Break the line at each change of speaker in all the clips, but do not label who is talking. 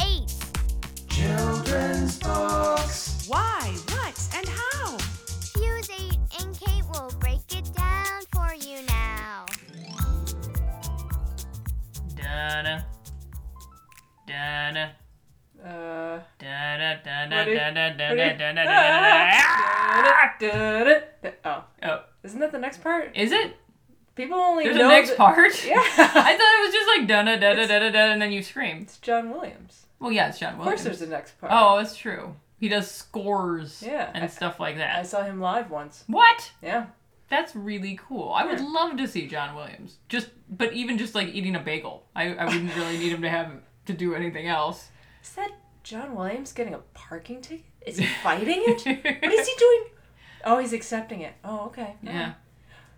8.
Children's books.
Why, what, and how?
Fuse 8 and Kate will break it down for you now.
Dana. Dana.
Uh,
Dana, dana,
What is-
dana,
what is-
dana, dana, dana.
oh,
Oh,
isn't that the next part?
is it?
People only
There's a
know
next
that-
part?
Yeah,
I thought it was just like dana, dana, dana, dana, and then you scream.
it's John Williams.
Well, yeah, it's John
Of course,
Williams.
there's a next part.
Oh, that's true. He does scores
Yeah, I-
and stuff like
I
that.
saw him live once.
What?
Yeah,
That's really cool. I would
Yeah.
love to see John Williams. Just, but even just like eating a bagel, I, I wouldn't really need him to have to do anything else.
is that John Williams getting a parking ticket? Is he fighting it? what is he doing? Oh, he's accepting it. Oh, okay.
Yeah.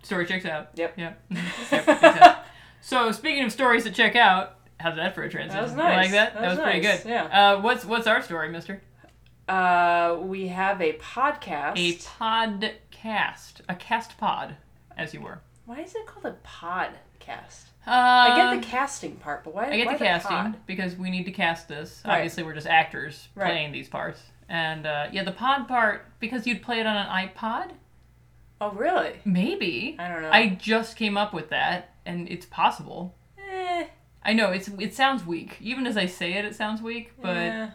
Story checks out.
Yep.
Yep. Yep, exactly. so speaking of stories to check out, how's that for a transition?
That was
You
nice.
like that?
That
That,
was
was, pretty
nice,
good.
yeah.
Uh, what's what's our story, Mister?
Uh, we have a podcast.
A podcast, a cast pod, as you were.
Why is it called a podcast?
Uh,
I get the casting part, but why?
I get
why
the casting
pod?
because we need to cast this.
Right.
Obviously, we're just actors
Right.
playing these parts, and uh, yeah, the pod part because you'd play it on an iPod.
Oh, really?
Maybe
I don't know.
I just came up with that, and it's possible.
Eh,
I know it's it sounds weak. Even as I say it, it sounds weak. But
eh.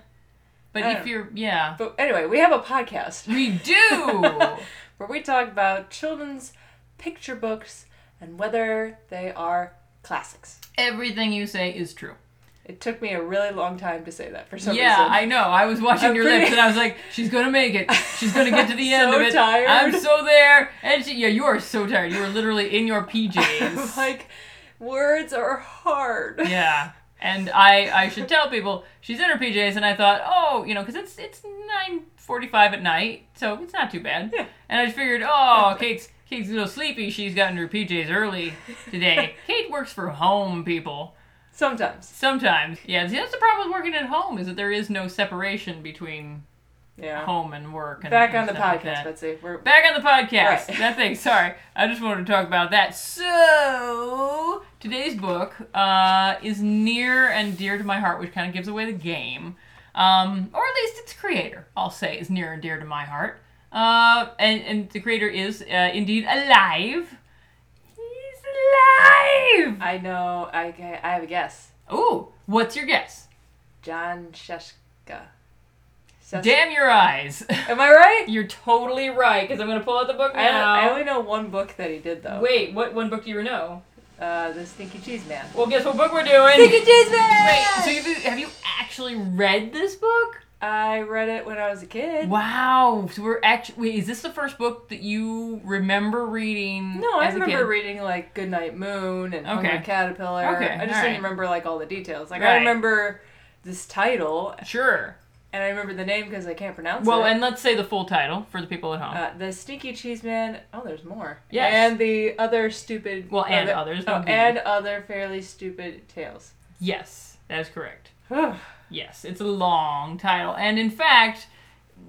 but
I
if
don't-
you're yeah,
But anyway, we have a podcast
we do.
where we talk about children's picture books and whether they are classics.
Everything you say is true.
It took me a really long time to say that for some
yeah,
reason.
I know. I was watching
I'm
your
pretty-
lips, and I was like, "She's gonna make it. She's gonna get to the
I'm
end
so
of it."
tired.
I'm so there, and she, yeah, you are so tired. You are literally in your PJs.
like words are hard.
yeah. And I, I should tell people she's in her PJs, and I thought, oh, you know, because it's it's nine forty-five at night, so it's not too bad.
Yeah.
And I figured, oh, Kate's Kate's a little sleepy. She's gotten her PJs early today. Kate works from home, people.
Sometimes.
Sometimes, yeah. See, that's the problem with working at home is that there is no separation between
Yeah.
home and work. And,
Back
and
on the
stuff like
podcast,
that.
Betsy. We're
Back on the podcast.
Right.
That thing. Sorry, I just wanted to talk about that. So today's book uh, is near and dear to my heart, which kind of gives away the game, um, or at least its creator. I'll say is near and dear to my heart, uh, and and the creator is uh, indeed alive. He's alive.
I know. I I have a guess.
Ooh, what's your guess?
John Sheshka. Shesh-
Damn your eyes.
Am I right?
You're totally right. Because I'm gonna pull out the book
I,
now.
I only know one book that he did though.
Wait, what one book do you know?
Uh, the Stinky Cheese Man.
Well, guess what book we're doing?
Cheese
Wait, so have you, have you actually read this book?
I read it when I was a kid.
Wow. So we're actually. Wait, is this the first book that you remember reading?
No, I
as a
remember
kid?
reading like Goodnight Moon and Hungry
Okay.
Caterpillar.
Okay,
I just
all
didn't
right.
remember like all the details. Like I
Right.
remember this title
Sure.
and I remember the name because I can't pronounce
Well,
it.
and let's say the full title for the people at home.
uh, the Stinky Cheese Man. Oh, there's more.
Yes.
And the other stupid.
Well, and
other-
others,
Oh,
don't be-
and other fairly stupid tales.
yes, that is correct.
Whew.
Yes, it's a long title, and in fact,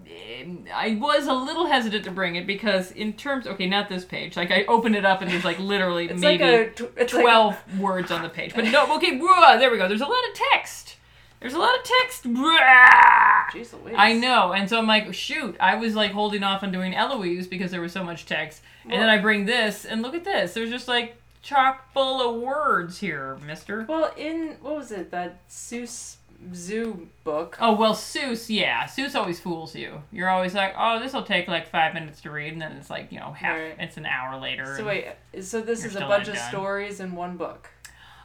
em, I was a little hesitant to bring it because in terms. Okay, not this page. Like I opened it up and there's like literally
it's
maybe
like a. Tw- it's like-
12 words on the page. But no, okay, bruh, there we go. There's a lot of text. There's a lot of text. bruh.
Jeez Louise.
I know. And so I'm like, shoot, I was like holding off on doing Eloise because there was so much text. and then I bring this, and look at this. There's just like chock full of words here, mister.
Well, in what was it that Seuss Zoo book?
Oh, well, Seuss, yeah. Seuss always fools you. You're always like, oh, this will take like five minutes to read. And then it's like, you know, half,
Right.
it's an hour later.
So
and-
wait, so this
Oh, You're
is a
still not
bunch of
done.
stories in one book.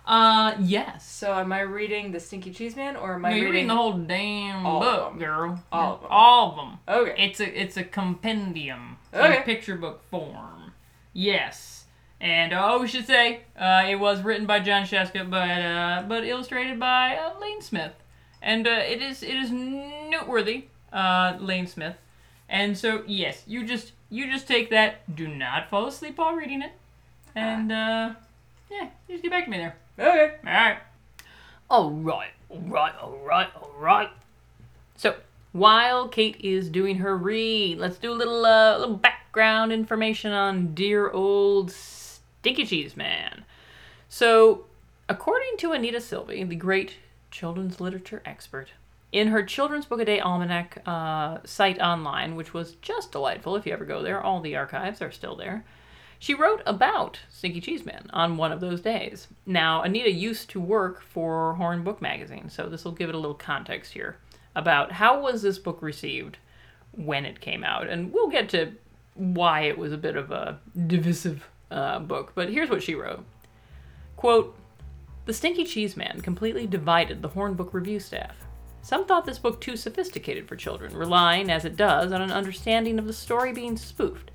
Uh, yes.
So am I reading the Stinky Cheese Man or am I
No, you're reading
reading?
the whole damn
all of
book,
them.
girl.
All of them.
All of them.
Okay.
It's a it's a compendium
Okay.
in picture book form. Yes. And oh, we should say uh, it was written by John Sheska, but uh, but illustrated by uh, Lane Smith, and uh, it is it is noteworthy, uh, Lane Smith, And so yes, you just you just take that. Do not fall asleep while reading it. And uh, yeah, you just get back to me there.
Okay.
All right. All right. All right. All right. All right. So while Kate is doing her read, let's do a little uh, little background information on dear old Stinky Cheese Man. So, according to Anita Silvey, the great children's literature expert, in her Children's Book a Day Almanac uh, site online, which was just delightful if you ever go there, all the archives are still there. She wrote about Stinky Cheeseman on one of those days. Now, Anita used to work for Horn Book Magazine, so this will give it a little context here about how was this book received when it came out, and we'll get to why it was a bit of a divisive uh, book. But here's what she wrote: "Quote: The Stinky Cheeseman completely divided the Horn Book review staff. Some thought this book too sophisticated for children, relying as it does on an understanding of the story being spoofed."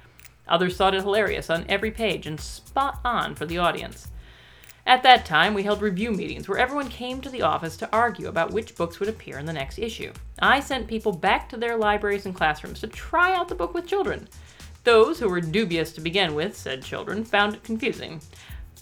Others thought it hilarious on every page and spot on for the audience. At that time, we held review meetings where everyone came to the office to argue about which books would appear in the next issue. I sent people back to their libraries and classrooms to try out the book with children. Those who were dubious to begin with, said children, found it confusing.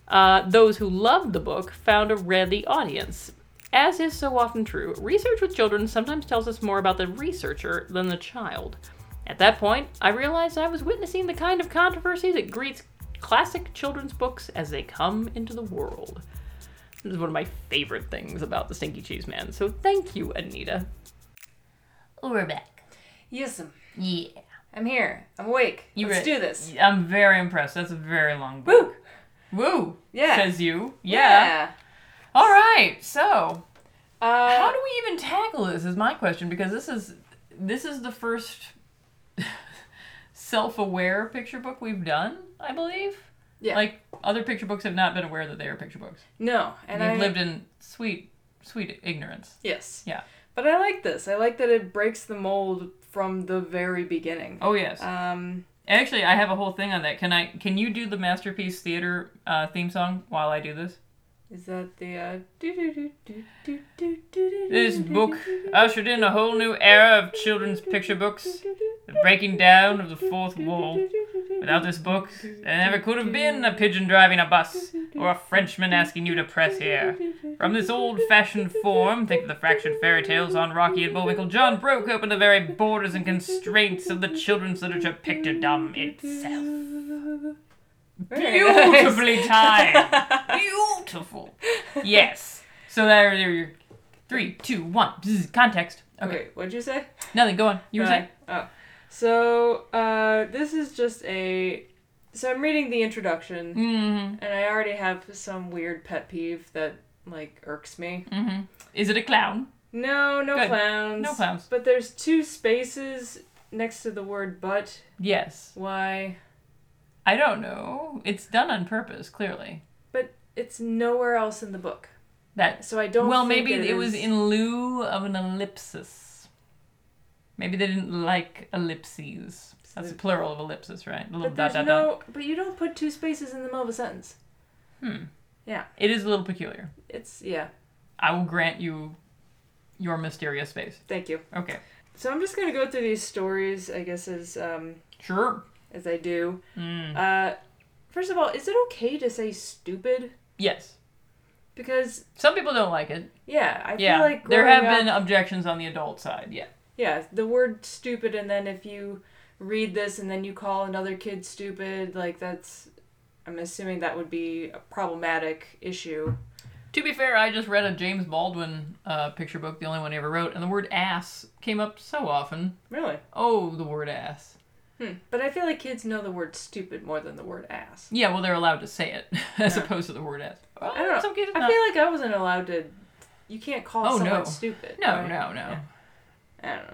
Uh, those who loved the book found a ready audience. As is so often true, research with children sometimes tells us more about the researcher than the child. At that point, I realized I was witnessing the kind of controversy that greets classic children's books as they come into the world. This is one of my favorite things about the Stinky Cheese Man, so thank you, Anita. We're back.
Yes, I'm-
Yeah.
I'm here. I'm awake. Let's do this.
I'm very impressed. That's a very long book.
Woo!
Woo!
Yeah.
Says you. Yeah. All right. So,
Yeah. Uh,
how do we even tackle this? Is my question because this is this is the first self-aware picture book we've done, I believe.
Yeah.
Like other picture books have not been aware that they are picture books.
no, and
We've
I
lived in sweet, sweet ignorance.
Yes.
Yeah.
But I like this. I like that it breaks the mold from the very beginning.
Oh yes.
Um.
Actually, I have a whole thing on that. Can I? Can you do the masterpiece theater uh, theme song while I do this?
Is that the uh? do do do do do do do
This book ushered in a whole new era of children's picture books. The breaking down of the fourth wall. Without this book, there never could have been a pigeon driving a bus or a Frenchman asking you to press here. From this old fashioned form, think of the fractured fairy tales on Rocky and Bullwinkle, John broke open the very borders and constraints of the children's literature picturdom itself.
Very nice.
Beautifully timed! Beautiful! Yes. So there, there you're. Three, two, one. Bzz, context. Okay.
Wait, what'd you say?
Nothing. Go on. You were
Uh,
saying.
Oh. So uh, this is just a. So I'm reading the introduction,
Mm-hmm.
and I already have some weird pet peeve that like irks me.
Mm-hmm. Is it a clown?
No, no
Good.
clowns.
No clowns.
But there's two spaces next to the word but.
Yes.
Why?
I don't know. It's done on purpose, clearly.
But it's nowhere else in the book.
That.
So I don't.
well,
think
maybe it, was
is-
in lieu of an ellipsis. Maybe they didn't like ellipses. That's the plural of ellipsis, right? The little
But
dot dot
there's no.
dot.
But you don't put two spaces in the middle of a sentence.
It is a little peculiar.
It's yeah.
I will grant you your mysterious space.
Thank you.
Okay.
So I'm just gonna go through these stories, I guess, as um
Sure.
as I do.
Mm.
Uh, first of all, is it okay to say stupid?
Yes.
Because
Some people don't like it.
yeah, I
Yeah.
feel like
there
growing
have been
up-
objections on the adult side. Yeah.
yeah the word stupid, and then if you read this and then you call another kid stupid, like that's I'm assuming that would be a problematic issue.
To be fair, I just read a James Baldwin uh, picture book, the only one he ever wrote, and the word ass came up so often.
Really?
Oh, the word ass.
But I feel like kids know the word stupid more than the word ass.
Yeah, well, they're allowed to say it as opposed to the word ass. Well,
I don't know.
Some kids
I
not.
feel like I wasn't allowed to. You can't call
Oh,
someone
no.
stupid.
no,
right?
no, no.
I don't know.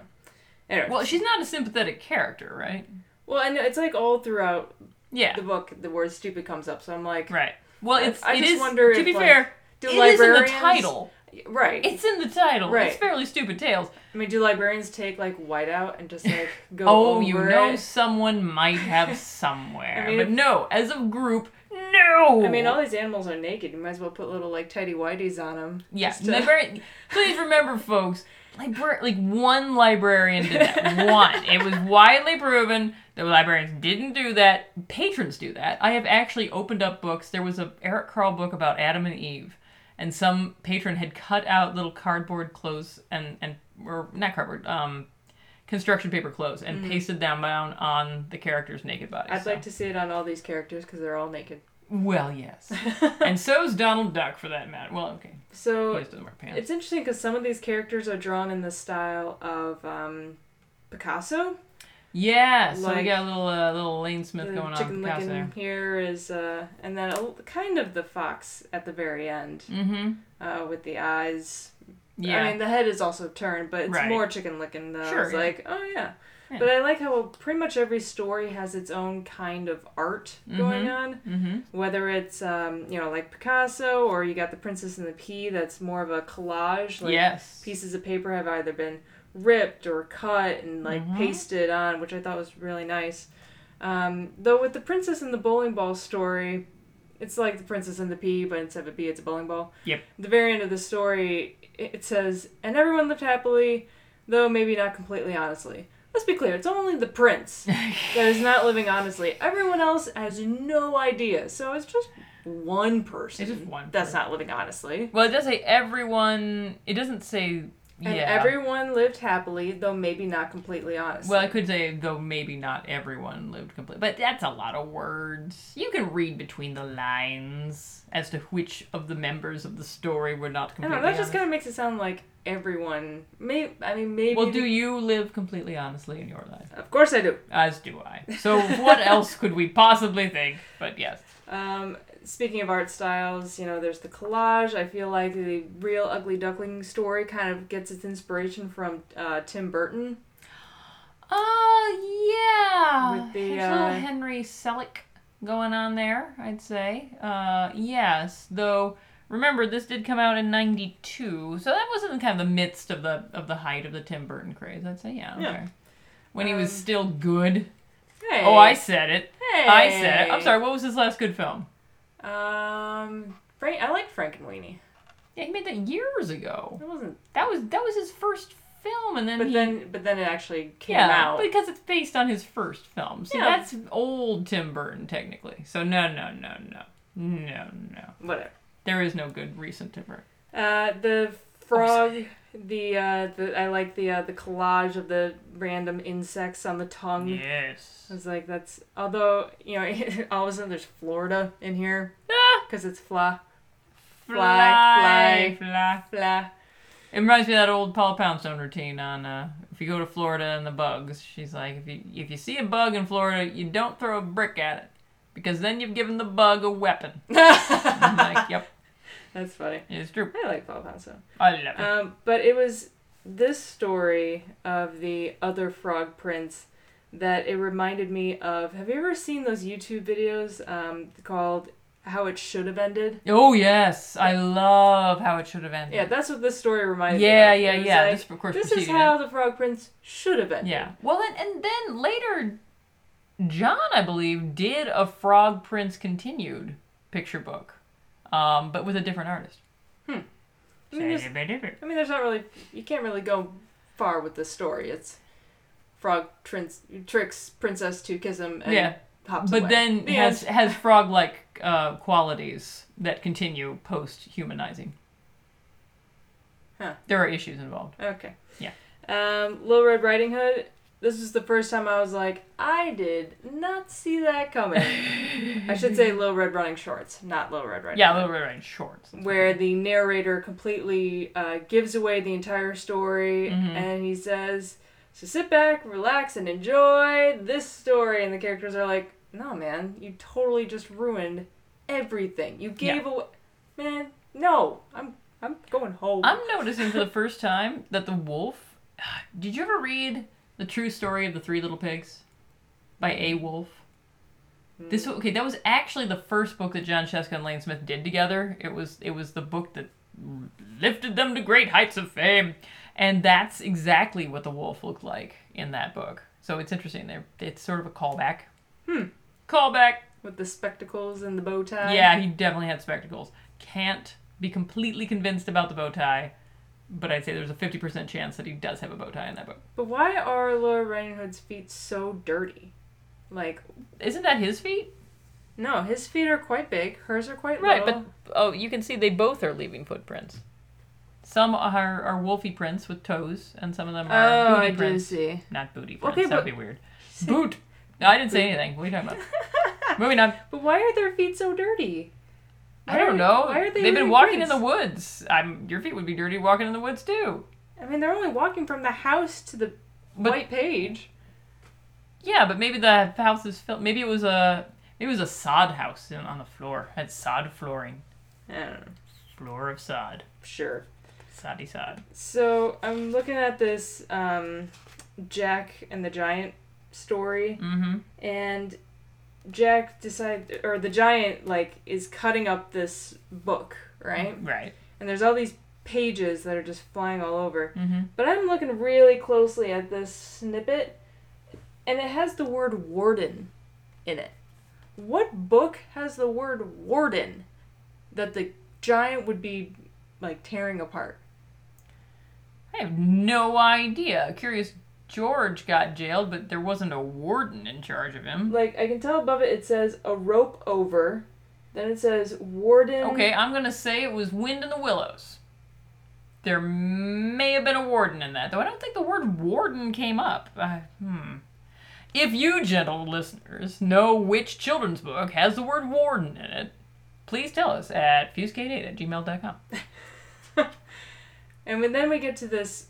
Anyway.
Well, she's not a sympathetic character, right?
Well, and it's like all throughout
Yeah,
Mm-hmm. the book, the word stupid comes up. So I'm like,
right. Well,
I-
it's
I
it
just
is-
wonder
to
if,
be
like,
fair,
do
it is in the
librarians-
title.
right.
It's in the title. It's
Right.
fairly stupid tales.
I mean, do librarians take like whiteout and just like go
Oh,
over
you know,
it?
someone might have somewhere,
I mean,
but
if-
no, as a group, no.
I mean, all these animals are naked. You might as well put little like tidy whities on them.
Yes, librarian. Please remember, folks, Libra- like one librarian did that. one. It was widely proven that librarians didn't do that. Patrons do that. I have actually opened up books. There was a Eric Carle book about Adam and Eve, and some patron had cut out little cardboard clothes and and or not cardboard um construction paper clothes and pasted them down on the character's naked bodies.
Mm. I'd
So-
like to see it on all these characters because they're all naked.
Well, yes. and so's Donald Duck for that matter. Well, okay. He
So
just doesn't wear pants.
it's interesting because some of these characters are drawn in the style of um, Picasso.
Yeah, so we
Like-
got a little uh, little Lane Smith
The
going on
chicken
with Picasso there.
Licken here is, uh, and then a, kind of the fox at the very end
Mm-hmm.
uh, with the eyes.
Yeah.
I mean, the head is also turned, but it's
Right.
more chicken licking though.
Sure,
it's
yeah.
like, oh yeah.
Yeah.
But I like how pretty much every story has its own kind of art going on.
mm-hmm.
Whether it's, um, you know, like Picasso or you got The Princess and the Pea, that's more of a collage. Like
yes.
pieces of paper have either been ripped or cut and like
Mm-hmm.
pasted on, which I thought was really nice. Um, though with the Princess and the Bowling Ball story, it's like the Princess and the Pea, but instead of a pea, it's a bowling ball.
Yep.
The very end of the story, it it says, and everyone lived happily, though maybe not completely honestly. Let's be clear, it's only the prince that is not living honestly. Everyone else has no idea. So it's just one person
It's just one
that's
person.
not living honestly.
Well, it does say everyone. It doesn't say
And
yeah.
everyone lived happily, though maybe not completely honestly.
well, I could say though maybe not everyone lived completely, but that's a lot of words. You can read between the lines as to which of the members of the story were not
I
completely.
don't know. That just
honest.
kind of makes it sound like everyone. May I mean maybe.
Well, do you live completely honestly in your life?
Of course I do.
As do I. So what else could we possibly think? But yes.
Um, speaking of art styles, you know, there's the collage. I feel like the real Ugly Duckling story kind of gets its inspiration from uh, Tim Burton.
Oh yeah,
With the,
There's a little
uh,
Henry Selick going on there, I'd say. Uh, yes, though. Remember, this did come out in '92, so that wasn't kind of the midst of the of the height of the Tim Burton craze. I'd say, yeah,
Yeah.
okay. When he was
Um,
still good.
Hey.
Oh, I said it.
Hey.
I said it. I'm sorry. What was his last good film?
Um, Frank. I like Frank and Weenie.
Yeah, he made that years ago.
It wasn't.
That was that was his first film, and then
But
he,
then, but then it actually came
yeah,
out.
because it's based on his first film. See,
Yeah.
that's old Tim Burton technically. So no, no, no, no, no, no.
Whatever.
There is no good recent Tim Burton.
Uh, the frog. The uh, the I like the uh, the collage of the random insects on the tongue.
Yes.
I was like, that's although you know all of a sudden there's Florida in here
Ah,
because it's fly
fly, fly,
fly.
fly.
fly.
It reminds me of that old Paula Poundstone routine on uh, if you go to Florida and the bugs. She's like, if you if you see a bug in Florida, you don't throw a brick at it because then you've given the bug a weapon. I'm like, yep,
That's funny.
it's true.
I like Paul Poundstone.
I love it.
Um, but it was this story of the other frog prince that it reminded me of. Have you ever seen those YouTube videos um, called "How It Should Have Ended"?
oh yes, I love how it should have ended.
Yeah, that's what this story reminded
Yeah,
me of.
yeah,
It was
yeah.
like,
This, of course,
this is
preceded
how the Frog Prince should have ended.
Yeah. Well, and, and then later, John, I believe, did a Frog Prince Continued picture book, um, but with a different artist.
Hmm. I mean, there's, I mean, there's not really. You can't really go far with this story. It's Frog Prince tricks Princess to kiss him and
Yeah.
hops
But
away.
then
The
has
end.
has frog like uh, qualities that continue post humanizing.
Huh.
There are issues involved.
Okay.
Yeah.
Um, Little Red Riding Hood. This is the first time I was like, I did not see that coming. I should say Little Red Running Shorts, not Little Red Riding.
Yeah,
Hood.
Little Red Riding Hood shorts.
where the narrator completely uh, gives away the entire story
Mm-hmm.
and he says so sit back relax and enjoy this story and the characters are like no man you totally just ruined everything you gave away man no i'm i'm going home
I'm noticing for the first time that the wolf. Did you ever read the true story of the Three Little Pigs by A Wolf? This okay. That was actually the first book that John Cheska and Lane Smith did together. It was it was the book that lifted them to great heights of fame, and that's exactly what the wolf looked like in that book. So it's interesting. There, it's sort of a callback. Hmm. Callback.
with the spectacles and the bow tie
Yeah, he definitely had spectacles. Can't be completely convinced about the bow tie, but I'd say there's a 50% chance that he does have a bow tie in that book.
But why are Laura Riding Hood's feet so dirty? Like,
Isn't that his feet?
no, his feet are quite big. Hers are quite
Right,
little.
but oh, you can see they both are leaving footprints. Some are, are wolfy prints with toes, and some of them are
oh,
booty
I do
Ah, prints.
see.
Not booty prints.
Okay,
That'd be
but-
weird. Boot. No, I didn't say anything. What are you talking about? Moving on.
But why are their feet so dirty?
I
Why
don't
are-
know.
why are they
They've been
wearing
walking
prints?
in the woods. I'm, your feet would be dirty walking in the woods too.
I mean, they're only walking from the house to the
But-
white page.
Yeah, but maybe the house is filled. Maybe it was a maybe it was a sod house in, on the floor. Had sod flooring,
I don't know.
floor of sod,
Sure.
soddy sod.
So I'm looking at this um, Jack and the Giant story,
Mm-hmm.
and Jack decides, or the Giant, like, is cutting up this book, right?
Right.
And there's all these pages that are just flying all over.
Mm-hmm.
But I'm looking really closely at this snippet, and it has the word warden in it. What book has the word warden that the giant would be like tearing apart?
I have no idea. Curious George got jailed, but there wasn't a warden in charge of him.
Like I can tell above it, it says a rope over, then it says warden.
Okay, I'm gonna say it was Wind in the Willows. There may have been a warden in that, though I don't think the word warden came up. Uh, hmm. If you, gentle listeners, know which children's book has the word warden in it, please tell us at fusecade8 at gmail.com.
And when- then we get to this,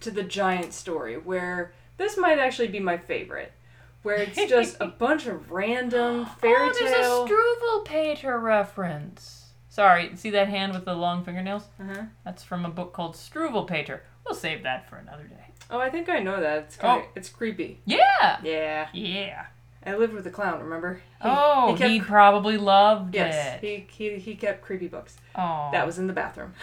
to the giant story, where this might actually be my favorite, where it's just a bunch of random fairy
oh,
tale.
there's a Struvel Pater reference. Sorry, see that hand with the long fingernails?
Uh-huh.
That's from a book called Struvel Pater. We'll save that for another day.
Oh, I think I know that. It's kind
Oh.
it's creepy.
Yeah!
Yeah,
Yeah.
I lived with a clown. Remember? He-
oh, he,
kept,
probably loved
yes,
it.
he, he he kept creepy books.
Oh,
That was in the bathroom.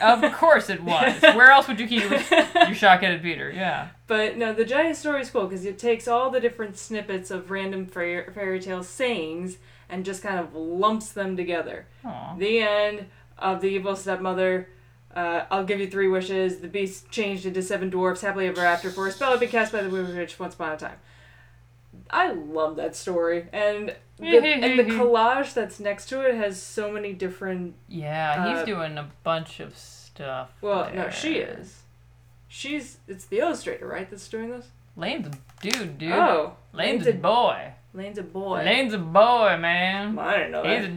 of course it was. Where else would you keep your, your shock-headed Peter? Yeah.
But no, the giant story is cool because it takes all the different snippets of random fair, fairy tale sayings and just kind of lumps them together.
Aw.
The end of the evil stepmother. Uh, I'll give you three wishes. The beast changed into seven dwarfs, happily ever after. For a spell had been cast by the Wicked Witch once upon a time. I love that story, and the, and the collage that's next to it has so many different.
Yeah, he's
Uh,
doing a bunch of stuff.
Well, no,
there.
she is. She's it's the illustrator, right? That's doing this.
Lane's a dude, dude.
Oh,
Lane's,
Lane's
a
a-
boy.
Lane's a boy.
Lane's a boy, man.
I didn't know
He's a Mm-hmm.
that.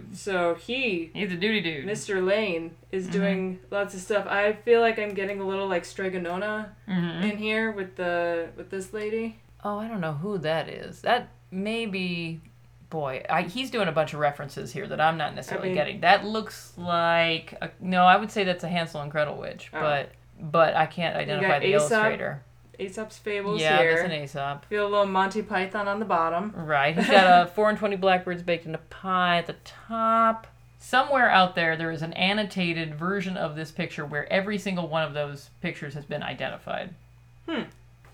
dude.
So he,
He's a duty dude.
Mr. Lane, is doing lots of stuff. I feel like I'm getting a little like Stregonona
Mhm.
in here with the with this lady.
Oh, I don't know who that is. That may be. Boy, I, he's doing a bunch of references here that I'm not necessarily
mean-
getting. That looks like a, no, I would say that's a Hansel and Gretel witch,
Oh.
but but I can't identify
got
the
Aesop
illustrator.
Aesop's Fables
yeah,
here.
that's an Aesop.
Feel a little Monty Python on the bottom.
Right. He's got a four and twenty blackbirds baked in a pie at the top. Somewhere out there, there is an annotated version of this picture where every single one of those pictures has been identified.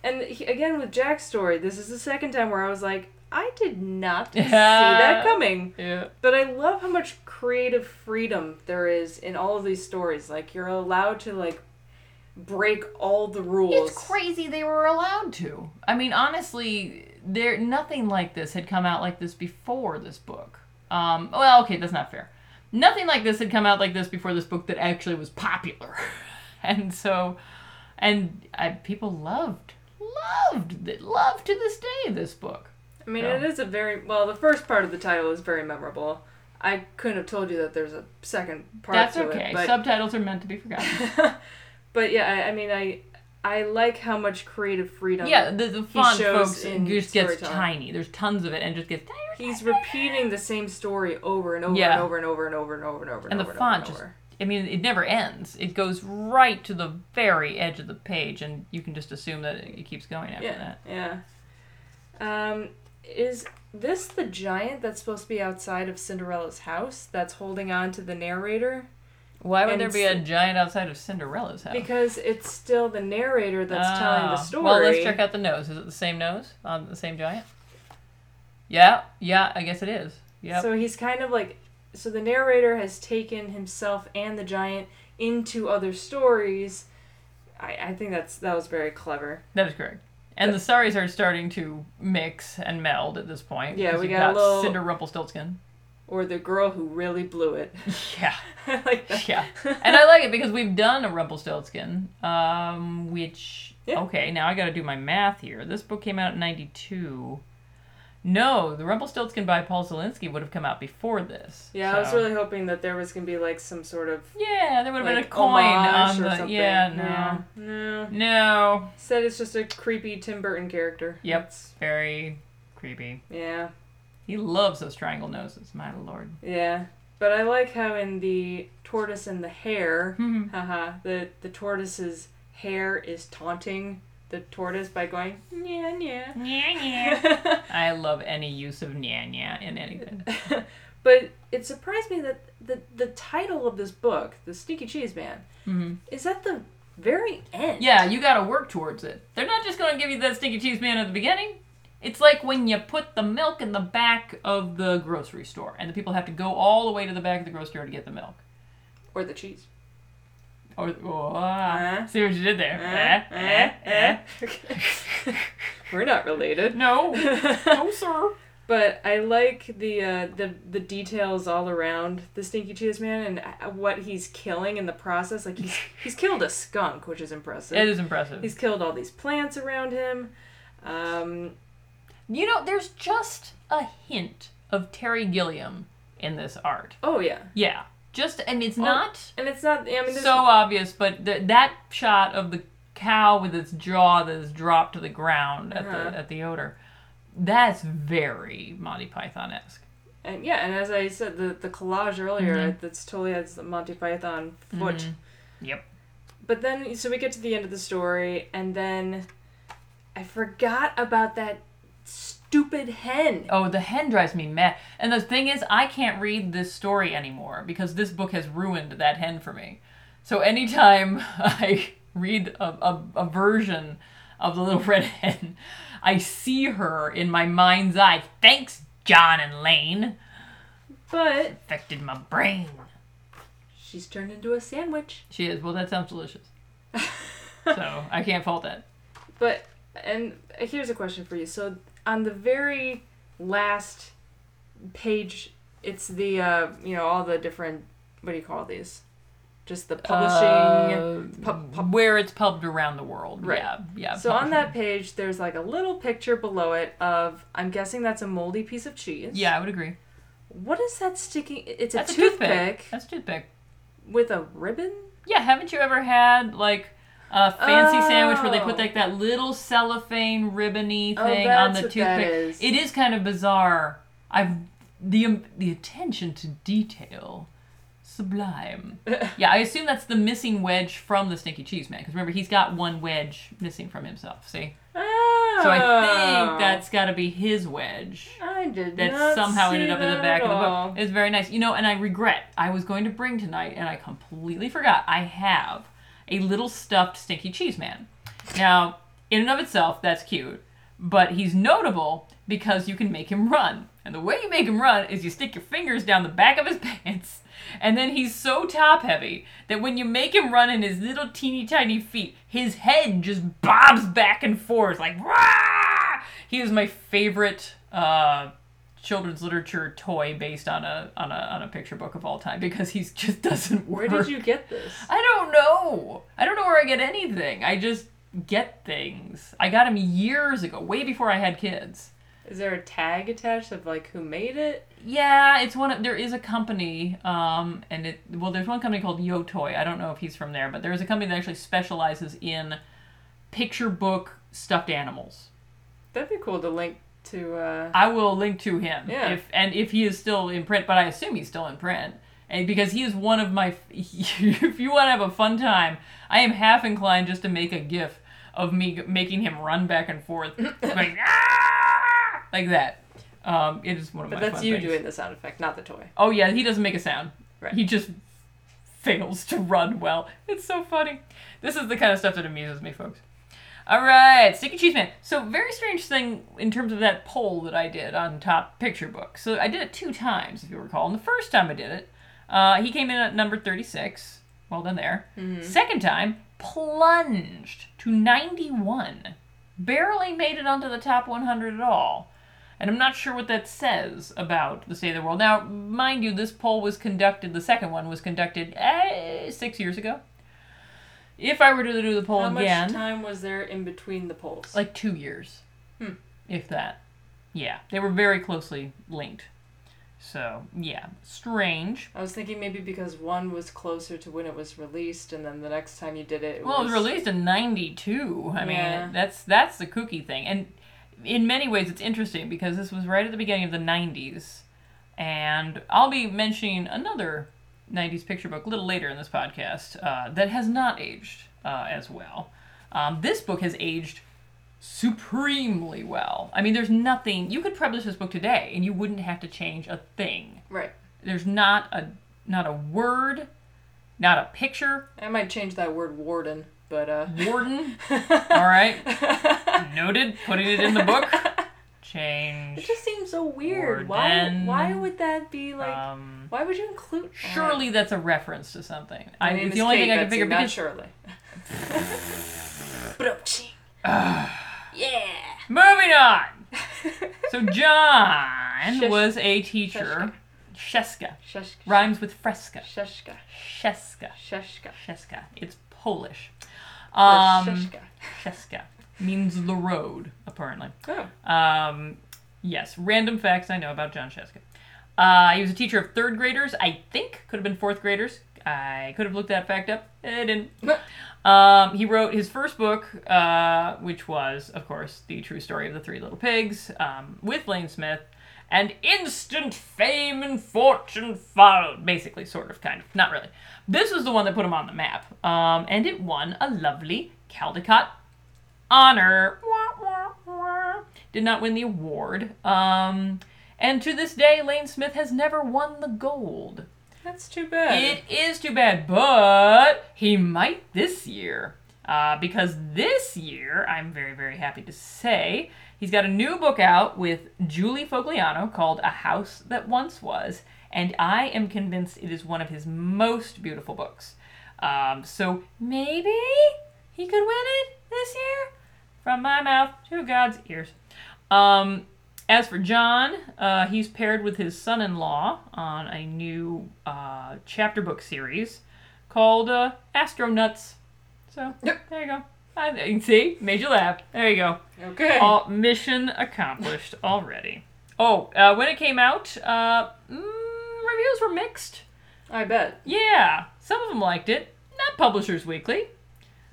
And he, again with Jack's story, this is the second time where I was like, I did not see that coming.
Yeah.
But I love how much creative freedom there is in all of these stories. Like you're allowed to like break all the rules.
It's crazy they were allowed to. I mean, honestly, there nothing like this had come out like this before this book. Um, well, okay, that's not fair. Nothing like this had come out like this before this book that actually was popular, and so, and I, people loved, loved, th- loved to this day this book.
I mean,
Yeah.
it is a very well. The first part of the title is very memorable. I couldn't have told you that there's a second part
That's
to
okay.
it, but
Subtitles are meant to be forgotten.
but yeah, I, I mean, I I like how much creative freedom.
yeah, the, the font,
shows
folks,
in
just gets
storytelling.
tiny. There's tons of it, and just gets tinier.
He's repeating the same story over and over
Yeah.
and over and over and over and over and over.
and the
over
font
over
just
over.
i mean it never ends it goes right to the very edge of the page and you can just assume that it keeps going after
Yeah,
that
yeah. Um, is this the giant that's supposed to be outside of Cinderella's house that's holding on to the narrator?
why would
And
there be a
s-
giant outside of cinderella's house
Because it's still the narrator that's telling the
Oh. Ah,
story.
well let's check out the nose is it the same nose on the same giant yeah yeah i guess it is yep
So he's kind of like, so the narrator has taken himself and the giant. into other stories. I, I think that's that was very clever.
That is correct. And the stories are starting to mix and meld at this point.
Yeah,
because
we
you've
got a little-
Cinder Rumpelstiltskin.
Or the girl who really blew it.
Yeah,
I like that.
yeah. and I like it because we've done a Rumpelstiltskin, um, which
Yeah.
okay. Now I got to do my math here. This book came out in '92. No, the Rumpelstiltskin by Paul Zelinsky would have come out before this.
Yeah, I was
so-
really hoping that there was gonna be like some sort of
Yeah, there would have
like
been a coin
homage
on
or
the.
something.
Yeah, no.
no. No.
No.
Said it's just a creepy Tim Burton character.
Yep.
It's-
Very creepy.
yeah.
He loves those triangle noses, my lord.
Yeah. But I like how in the tortoise and the hare, haha, the the tortoise's hair is taunting the tortoise by going yeah yeah.
I love any use of nya nya in anything.
But it surprised me that the the title of this book, The Sneaky Cheese Man, is at the very end.
Yeah, you gotta work towards it. They're not just gonna give you that stinky cheese man at the beginning. It's like when you put the milk in the back of the grocery store, and the people have to go all the way to the back of the grocery store to get the milk.
Or the cheese.
Or, oh, ah,
Uh,
see what you did there? Eh,
Eh, eh,
eh, eh.
We're not related.
no, no, sir.
But I like the uh, the the details all around the Stinky Cheese Man and uh, what he's killing in the process. Like he's he's killed a skunk, which is impressive.
It is impressive.
He's killed all these plants around him. Um,
You know, there's just a hint of Terry Gilliam in this art.
oh yeah,
Yeah, just and it's not
and it's not. I mean, there's,
so obvious, but th- that shot of the cow with its jaw that is dropped to the ground at
Uh-huh.
the at the odor, that's very Monty Python esque.
and yeah, and as I said, the the collage earlier
Mm-hmm.
that's totally has the Monty Python foot.
Yep.
But then, so we get to the end of the story, and then I forgot about that stupid hen.
Oh, the hen drives me mad. And the thing is, I can't read this story anymore because this book has ruined that hen for me. So anytime I read a, a, a version of the little red hen, I see her in my mind's eye. Thanks, John and Lane.
But
Affected my brain.
she's turned into a sandwich.
She is. Well, that sounds delicious. so I can't fault that.
But and here's a question for you. So on the very last page, it's the uh, you know all the different what do you call these? Just the publishing.
Uh,
pub- pub-
where it's pubbed around the world.
Right.
Yeah. Yeah.
so on
publishing.
that page, there's like a little picture below it of I'm guessing that's a moldy piece of cheese.
Yeah, I would agree.
What is that sticking? It's a
That's
toothpick,
That's a toothpick.
with a ribbon.
Yeah, haven't you ever had like a fancy sandwich where they
Oh.
put like that little cellophane ribbony
Oh,
thing on
that's
the
what
toothpick?
that is.
It is kind of bizarre. I've the um, the attention to detail, sublime. yeah, I assume that's the missing wedge from the Stinky Cheese Man because remember he's got one wedge missing from himself. See,
Oh.
so I think that's got to be his wedge
I did
that
not
somehow ended
see
up in the
that
back of
at
the
all.
book. It's very nice. You know, and I regret I was going to bring tonight and I completely forgot. I have a little stuffed stinky cheese man. Now, in and of itself, that's cute, but he's notable because you can make him run. And the way you make him run is you stick your fingers down the back of his pants, and then he's so top heavy that when you make him run in his little teeny tiny feet, his head just bobs back and forth like rah! He is my favorite uh children's literature toy based on a on a on a picture book of all time because he's just doesn't
Where
work.
did you get this?
I don't know. I don't know where I get anything. I just get things. I got them years ago, way before I had kids.
Is there a tag attached of like who made it?
Yeah, it's one of there is a company, um, and it well, there's one company called Yo Toy. I don't know if he's from there, but there is a company that actually specializes in picture book stuffed animals.
That'd be cool to link to. Uh...
I will link to him
Yeah.
if and if he is still in print, but I assume he's still in print. And because he is one of my, if you want to have a fun time, I am half inclined just to make a gif of me g- making him run back and forth, like, "Ah!" like that. Um, it is one of
But
my.
that's
fun
you
things.
doing the sound effect, not the toy.
Oh yeah, he doesn't make a sound.
Right.
He just fails to run well. It's so funny. This is the kind of stuff that amuses me, folks. All right, sticky cheese man. So very strange thing in terms of that poll that I did on top picture book. So I did it two times, if you recall. And the first time I did it, uh, he came in at number thirty-six. Well done there.
Mm-hmm.
Second time, plunged to 91. Barely made it onto the top 100 at all. And I'm not sure what that says about the state of the world. Now, mind you, this poll was conducted, the second one was conducted eh, six years ago. If I were to do the poll
How much
again,
time was there in between the polls?
like two years, if that. Yeah, they were very closely linked. So, yeah, strange.
I was thinking maybe because one was closer to when it was released, and then the next time you did it, it
Well, it was
was
released in '92. I
Yeah.
mean, that's that's the kooky thing, and in many ways, it's interesting because this was right at the beginning of the '90s, and I'll be mentioning another '90s picture book a little later in this podcast uh, that has not aged uh, as well. Um, this book has aged supremely well. I mean, there's nothing you could publish this book today, and you wouldn't have to change a thing.
Right.
There's not a not a word, not a picture,
I might change that word warden, but uh.
Warden. All right. Noted. Putting it in the book.
It
Change.
just seems so weird. Why?
Warden.
Why would that be like?
Um,
why would you include?
surely that's a reference to something.
My
I,
name
it's
is
the only
Kate
thing I can
Betsy,
figure
Not
because
surely.
moving on. So John
Shesh-
was a teacher. Sheska
Sheshka.
rhymes with fresca.
Sheshka.
Sheska.
Sheshka.
Sheska. It's Polish.
or
Um,
Sheshka.
Sheska means the road, apparently.
Oh.
Um, yes, random facts I know about John Sheska. Uh, he was a teacher of third graders, I think. Could have been fourth graders. I could have looked that fact up. I didn't. um, he wrote his first book, uh, which was, of course, The True Story of the Three Little Pigs, um, with Lane Smith. And instant fame and fortune followed. Basically, sort of, kind of. Not really. This was the one that put him on the map. Um, and it won a lovely Caldecott honor. Wah, wah, wah. Did not win the award. Um, and to this day, Lane Smith has never won the gold.
That's too bad.
It is too bad, but he might this year. Uh, because this year, I'm very, very happy to say, he's got a new book out with Julie Fogliano called A House That Once Was, and I am convinced it is one of his most beautiful books. Um, so maybe he could win it this year? From my mouth to God's ears. Um, as for John, uh, he's paired with his son in law on a new uh, chapter book series called uh, Astronuts. So there you go. I, see, made you laugh. There you go.
okay.
All, mission accomplished already. Oh, uh, when it came out, uh, mm, reviews were mixed.
I bet.
Yeah, some of them liked it. Not Publishers Weekly,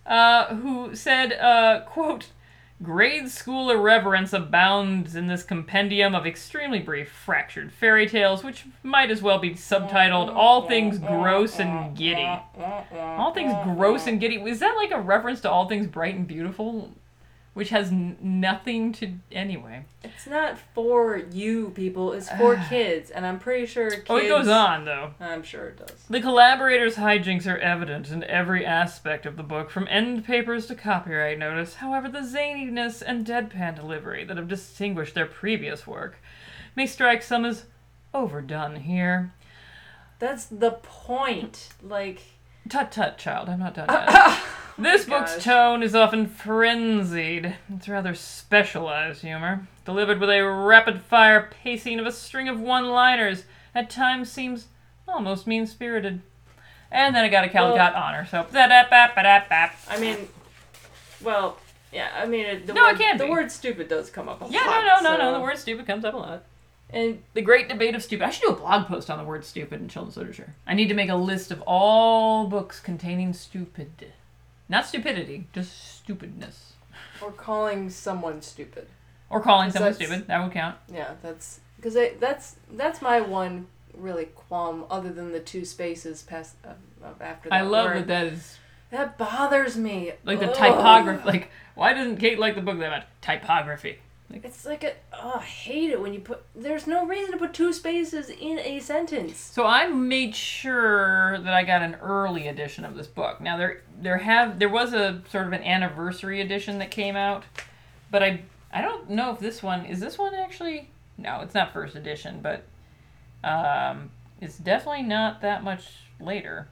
uh, who said, uh, quote, Grade school irreverence abounds in this compendium of extremely brief, fractured fairy tales, which might as well be subtitled All Things Gross and Giddy. All Things Gross and Giddy. Is that like a reference to All Things Bright and Beautiful? Which has n- nothing to. Anyway.
It's not for you people. It's for kids, and I'm pretty sure kids.
Oh, it goes on, though.
I'm sure it does.
The collaborators' hijinks are evident in every aspect of the book, from end papers to copyright notice. However, the zaniness and deadpan delivery that have distinguished their previous work may strike some as overdone here.
That's the point. Like,
Tut tut, child, I'm not done yet.
Ah,
this book's
Oh gosh.
tone is often frenzied. It's rather specialized humor, delivered with a rapid fire pacing of a string of one liners, at times seems almost mean spirited. And then I got a Caldecott honor, so. ba-da-ba-ba-da-ba.
I mean, well, yeah. I mean, it, the
No, it
word,
can
the
be.
word "stupid" does come up a
Yeah,
lot.
no, no, no,
so-
no. The word stupid comes up a lot.
and
The great debate of stupid. I should do a blog post on the word stupid in children's literature. I need to make a list of all books containing stupid. Not stupidity, just stupidness.
or calling someone stupid.
Or calling
Is
someone
that-
stupid. That would count.
Yeah, that's because that's that's my one really qualm. Other than the two spaces past uh, uh, after that
I love
word. Oh.
that that is
That bothers me.
like the
Ugh.
typography. Like, why doesn't Kate like the book that much? Typography. Like,
It's like a oh, I hate it when you put. There's no reason to put two spaces in a sentence.
so I made sure that I got an early edition of this book. Now there there have there was a sort of an anniversary edition that came out, but I I don't know if this one is this one actually. No, it's not first edition, but um, it's definitely not that much later.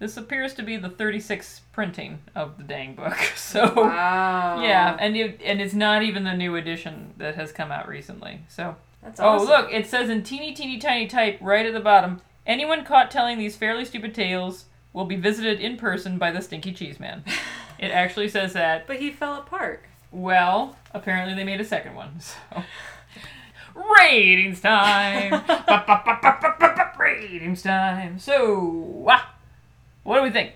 This appears to be the 36th printing of the dang book. So
Wow.
yeah, and it, and it's not even the new edition that has come out recently. So
That's
Oh,
awesome.
look, it says in teeny, teeny, tiny type right at the bottom anyone caught telling these fairly stupid tales will be visited in person by the Stinky Cheese Man. it actually says that.
But he fell apart.
Well, apparently they made a second one, so. Ratings time! Ba, ba, ba, ba, ba, ba, ba, Ratings time! So, ah, what do we think?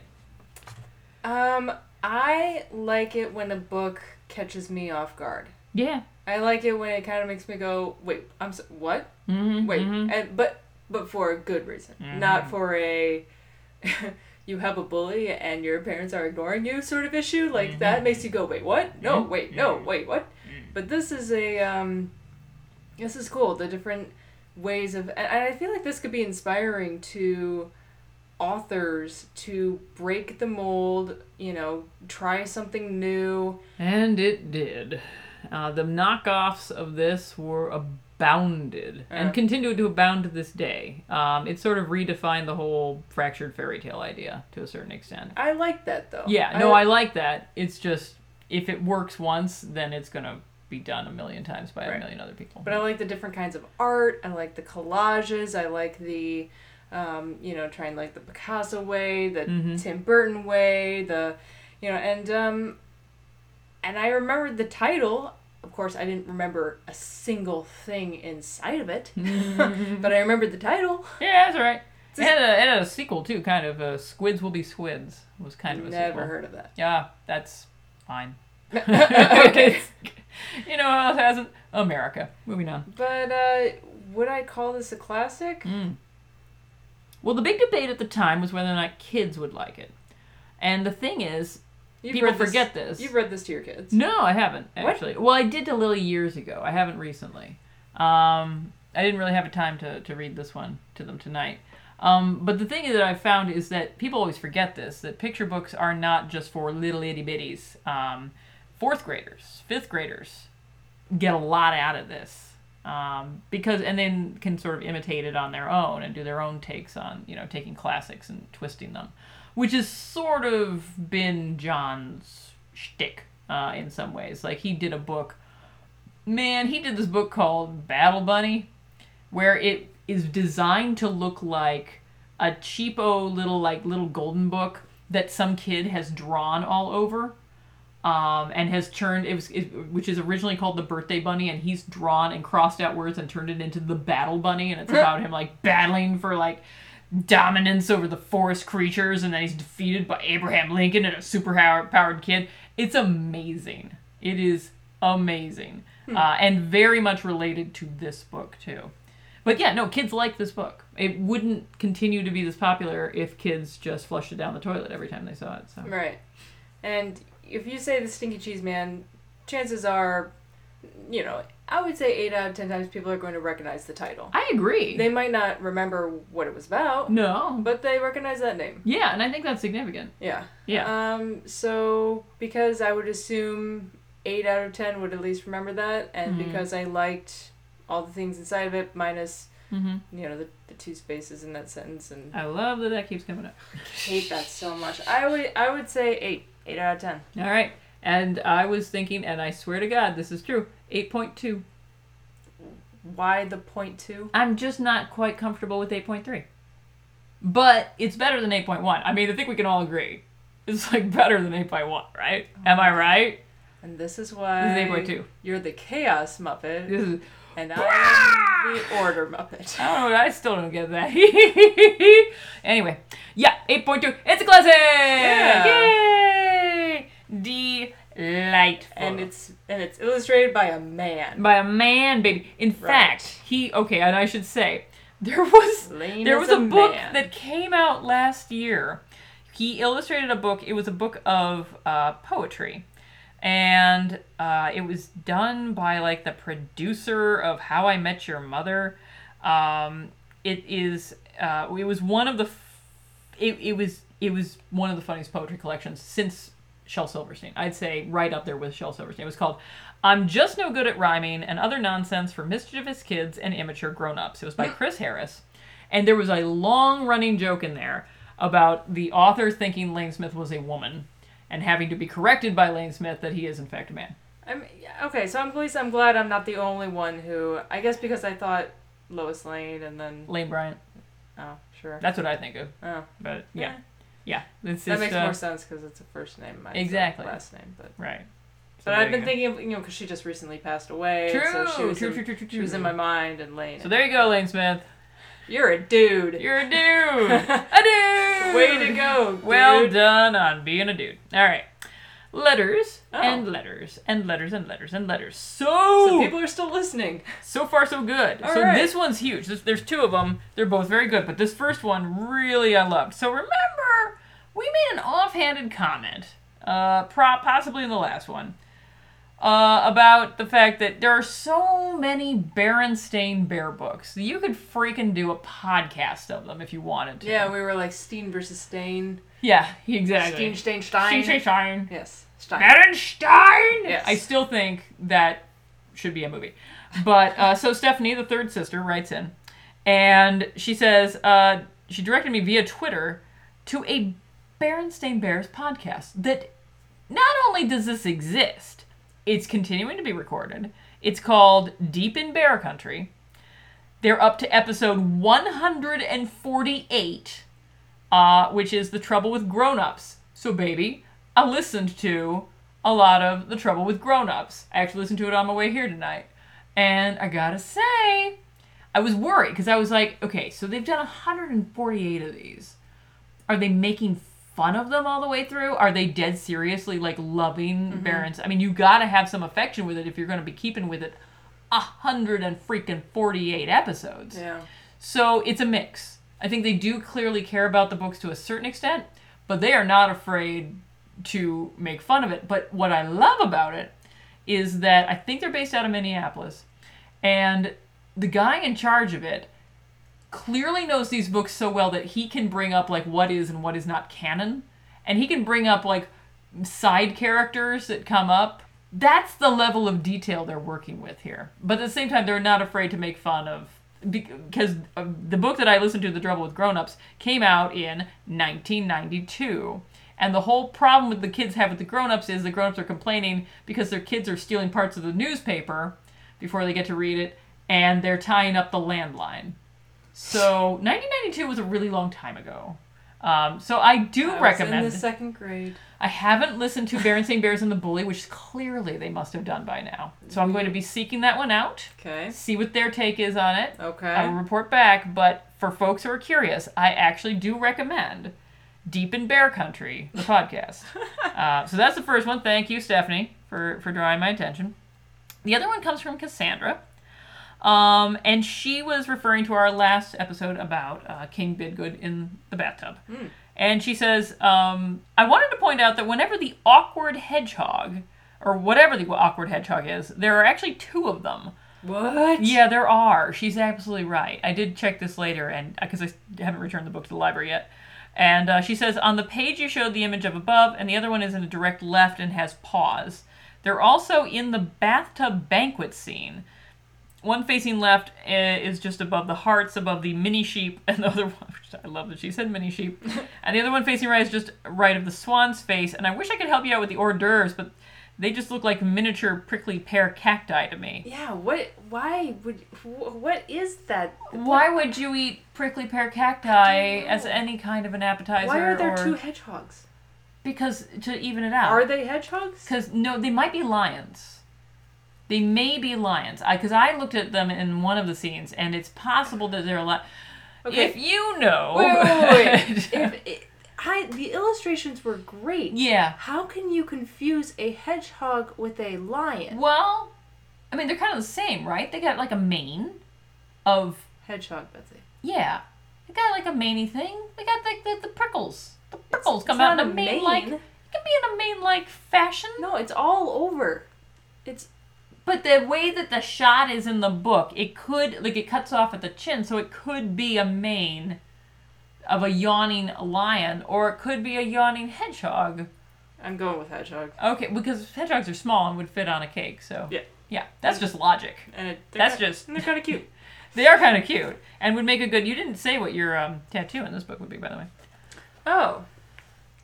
Um, I like it when a book catches me off guard.
Yeah.
I like it when it kind of makes me go, "Wait, I'm so, what?
Mm-hmm,
Wait," and but but for a good reason, not for a you have a bully and your parents are ignoring you sort of issue. Like
Mm-hmm.
that makes you go, "Wait, what? No, wait, no, wait, what?"
Mm.
But this is a um, this is cool. The different ways of, and I feel like this could be inspiring to authors to break the mold. You know, try something new.
And it did. Uh, the knockoffs of this were abounded and
Yeah.
continue to abound to this day. Um, it sort of redefined the whole fractured fairy tale idea to a certain extent.
I like that though.
Yeah, no, I like that. It's just if it works once, then it's gonna be done a million times by a
Right.
million other people.
But uh, I like the different kinds of art. I like the collages. I like the, um, you know, trying like the Picasso way, the
Mm-hmm.
Tim Burton way, the, you know, and um, and I remembered the title. Of course, I didn't remember a single thing inside of it, but I remembered the title.
yeah, that's all right. It had, a, it had a sequel too, kind of. Uh, Squids will be squids was kind of a
Never
sequel.
heard of that.
Yeah, that's fine. okay. You know who else hasn't? America. Moving on.
But uh, would I call this a classic?
Well, the big debate at the time was whether or not kids would like it. And the thing is,
You've
people
read
forget this.
You've read this to your kids.
no, I haven't actually. Well, I did to Lily years ago. I haven't recently. Um, I didn't really have a time to, to read this one to them tonight. Um, but the thing that I've found is that people always forget this that picture books are not just for little itty bitties. Um, fourth graders, fifth graders get a lot out of this um, because and then can sort of imitate it on their own and do their own takes on you know taking classics and twisting them, which has sort of been John's shtick uh, in some ways. Like he did a book, man, he did this book called Battle Bunny, where it is designed to look like a cheapo little like little golden book that some kid has drawn all over um, and has turned it was it, which is originally called the birthday bunny and he's drawn and crossed out words and turned it into the battle bunny and it's about him like battling for like dominance over the forest creatures and then he's defeated by abraham lincoln and a super power- powered kid it's amazing it is amazing
Hmm.
uh, and very much related to this book too but yeah, no, kids like this book. It wouldn't continue to be this popular if kids just flushed it down the toilet every time they saw it. So
Right. And if you say the stinky cheese man, chances are, you know, I would say eight out of ten times people are going to recognize the title.
I agree.
They might not remember what it was about,
no, but
but they recognize that name.
yeah, and I think that's significant. Uh,
Yeah.
Yeah,
Um. So because I would assume eight out of ten would at least remember that, and because I liked all the things inside of it, minus
Mhm.
you know the, the two spaces in that sentence, and
I love that that keeps coming up.
hate that so much. I would I would say eight, eight out of ten.
All right, and I was thinking, and I swear to God, this is true. Eight point two.
Why the point two?
I'm just not quite comfortable with eight point three, but it's better than eight point one. I mean, I think we can all agree. It's like better than eight point one, right? Am I right?
And this is why
This is 8.2.
you're the Chaos Muppet,
This is.
and I'm the Order Muppet.
I don't know. I still don't get that. anyway, yeah, eight point two. It's a classic.
Yeah.
Yay! Delightful.
And it's and it's illustrated by a man.
by a man, baby. In fact, he okay, and I should say there was
Lane
there
is
was
a
a book
man.
that came out last year. He illustrated a book. It was a book of uh, poetry, and uh, it was done by like the producer of How I Met Your Mother. Um, it is uh, it was one of the f- it, it was it was one of the funniest poetry collections since Shel Silverstein. I'd say right up there with Shel Silverstein. It was called "I'm Just No Good at Rhyming and Other Nonsense for Mischievous Kids and Immature Grown-ups." It was by Chris Harris, and there was a long-running joke in there about the author thinking Lane Smith was a woman and having to be corrected by Lane Smith that he is in fact a man.
I'm yeah, okay. So I'm at least I'm glad I'm not the only one who I guess because I thought Lois Lane and then
Lane Bryant.
oh sure
That's what I think of.
oh
But
Eh,
yeah. Yeah. It's
that
just,
makes
uh,
more sense because it's a first name mine's a
Exactly.
last name but
Right. So
but
there
I've
you
been
go.
thinking of you know because she just recently passed away and so she
True,
was
true,
in,
true, true, true,
she was in
true.
my mind and Lane
So there you go, Lane Smith.
you're a dude
You're a dude. a dude.
way to go dude.
Well done on being a dude. All right. Letters
Oh.
and letters and letters and letters and letters. So,
so people are still listening
so far so good.
All
so
right.
this one's huge. This, there's two of them. They're both very good, but this first one really I loved. So remember, we made an offhanded comment, uh, pro- possibly in the last one, uh, about the fact that there are so many Berenstain Bear books. You could freaking do a podcast of them if you wanted to.
yeah we were like Steen versus Stain
yeah, exactly.
Steen Stain Stein
Stein, Stein.
yes Stein
Berenstein.
Yes.
I still think that should be a movie. But uh, so Stephanie, the third sister, writes in, and she says uh, she directed me via Twitter to a Berenstain Bears podcast that not only does this exist, it's continuing to be recorded. It's called Deep in Bear Country. They're up to episode 148 uh, which is the trouble with grown-ups. So, baby, I listened to a lot of the trouble with grown-ups. I actually listened to it on my way here tonight, and I gotta say, I was worried because I was like, okay, so they've done 148 of these. Are they making fun of them all the way through? Are they dead seriously like loving Barons? I mean, you gotta have some affection with it if you're gonna be keeping with it. A hundred and freaking forty-eight episodes.
yeah
So it's a mix. I think they do clearly care about the books to a certain extent, but they are not afraid to make fun of it. But what I love about it is that I think they're based out of Minneapolis, and the guy in charge of it clearly knows these books so well that he can bring up like what is and what is not canon, and he can bring up like side characters that come up. That's the level of detail they're working with here. But at the same time, they're not afraid to make fun of because uh, the book that I listened to, The Trouble with Grown-ups, came out in 1992. And the whole problem with the kids have with the grown-ups is the grown-ups are complaining because their kids are stealing parts of the newspaper before they get to read it, and they're tying up the landline. So 1992 was a really long time ago. Um, so I do
I was
recommend.
in the second grade
I haven't listened to Berenstain Bears and the Bully, which clearly they must have done by now. So I'm going to be seeking that one out,
Mm-hmm. okay
see what their take is on it.
okay
I will report back, but for folks who are curious, I actually do recommend Deep in Bear Country, the podcast. uh, so that's the first one. Thank you, Stephanie, for, for drawing my attention. The other one comes from Cassandra. Um, and she was referring to our last episode about uh, King Bidgood in the bathtub. And she says, um, I wanted to point out that whenever the awkward hedgehog, or whatever the awkward hedgehog is, there are actually two of them.
what
Yeah, there are. She's absolutely right. I did check this later, and because I haven't returned the book to the library yet. And uh, she says on the page you showed the image of above, and the other one is in a direct left and has paws. They're also in the bathtub banquet scene. One facing left eh, is just above the hearts, above the mini sheep, and the other one, which I love that she said mini sheep, and the other one facing right is just right of the swan's face. And I wish I could help you out with the hors d'oeuvres, but they just look like miniature prickly pear cacti to me.
Yeah, what? Why would? wh- What is that?
Why would you eat prickly pear cacti as any kind of an appetizer?
Why are there
or-
two hedgehogs?
Because to even it out.
Are they hedgehogs?
Because no, they might be lions. They may be lions. I because I looked at them in one of the scenes, and it's possible that they're li
Okay.
If you know.
Wait, wait, wait. if it, I, the illustrations were great.
yeah.
How can you confuse a hedgehog with a lion?
Well, I mean they're kind of the same, right? They got like a mane of
Hedgehog, Betsy.
yeah. They got like a maney thing. They got like the, the prickles. The prickles come
it's
out
not
in a
a
mane like. It
mane.
can be in a mane like fashion.
No, it's all over. It's
But the way that the shot is in the book, it could like it cuts off at the chin, so it could be a mane of a yawning lion, or it could be a yawning hedgehog.
I'm going with hedgehog,
Okay, because hedgehogs are small and would fit on a cake, so
Yeah.
yeah, that's just logic.
and it, they're
That's
kinda-
just-
and they're kind of cute.
They are kind of cute and would make a good. You didn't say what your um, tattoo in this book would be, by the way.
Oh,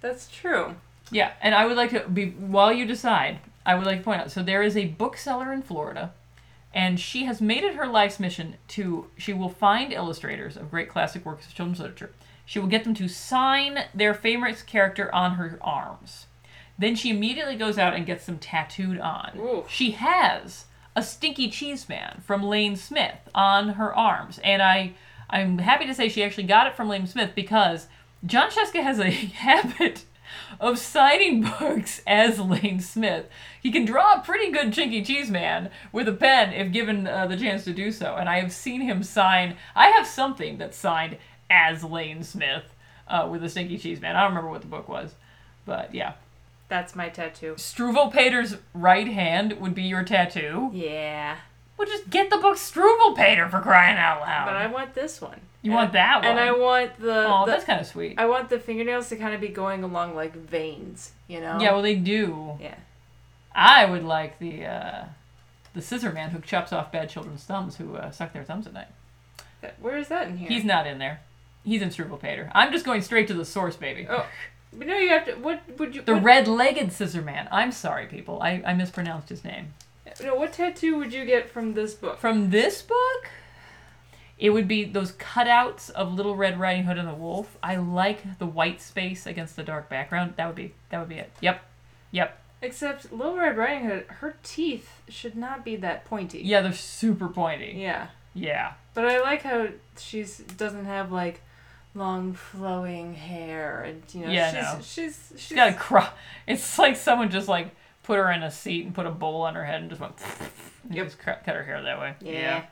that's true.
Yeah, and I would like to be while you decide. I would like to point out. So there is a bookseller in Florida, and she has made it her life's mission to. She will find illustrators of great classic works of children's literature. She will get them to sign their favorite character on her arms. Then she immediately goes out and gets them tattooed on.
Ooh.
She has a stinky cheese man from Lane Smith on her arms, and I, I'm happy to say she actually got it from Lane Smith because John Cheska has a habit of signing books as Lane Smith. He can draw a pretty good Chinky Cheese Man with a pen if given uh, the chance to do so, and I have seen him sign. I have something that's signed as Lane Smith uh, with a Stinky Cheese Man. I don't remember what the book was, but yeah.
That's my tattoo.
Struvel Pater's right hand would be your tattoo.
Yeah.
Well, just get the book Struvel Pater for crying out loud.
But I want this one.
you
And-
want that one?
And I want the,
oh,
the-
that's kind of sweet.
I want the fingernails to kind of be going along like veins, you know?
yeah, well, they do.
Yeah.
I would like the uh, the scissor man who chops off bad children's thumbs who uh, suck their thumbs at night.
That- Where is that in here?
He's not in there. He's in Struble Pater. I'm just going straight to the source, baby.
Oh, but no, you have to. What would you?
The
what,
red-legged scissor man. I'm sorry, people. I, I mispronounced his name.
no, what tattoo would you get from this book?
From this book, it would be those cutouts of Little Red Riding Hood and the Wolf. I like the white space against the dark background. That would be that would be it. Yep, yep.
Except Little Red Riding Hood, her teeth should not be that pointy.
Yeah, they're super pointy.
Yeah.
Yeah.
But I like how she's doesn't have like long flowing hair and you know
Yeah,
she's,
no.
she's she's
She's got a cry. It's like someone just like put her in a seat and put a bowl on her head and just went. and
Yep.
just cut, cut her hair that way.
yeah.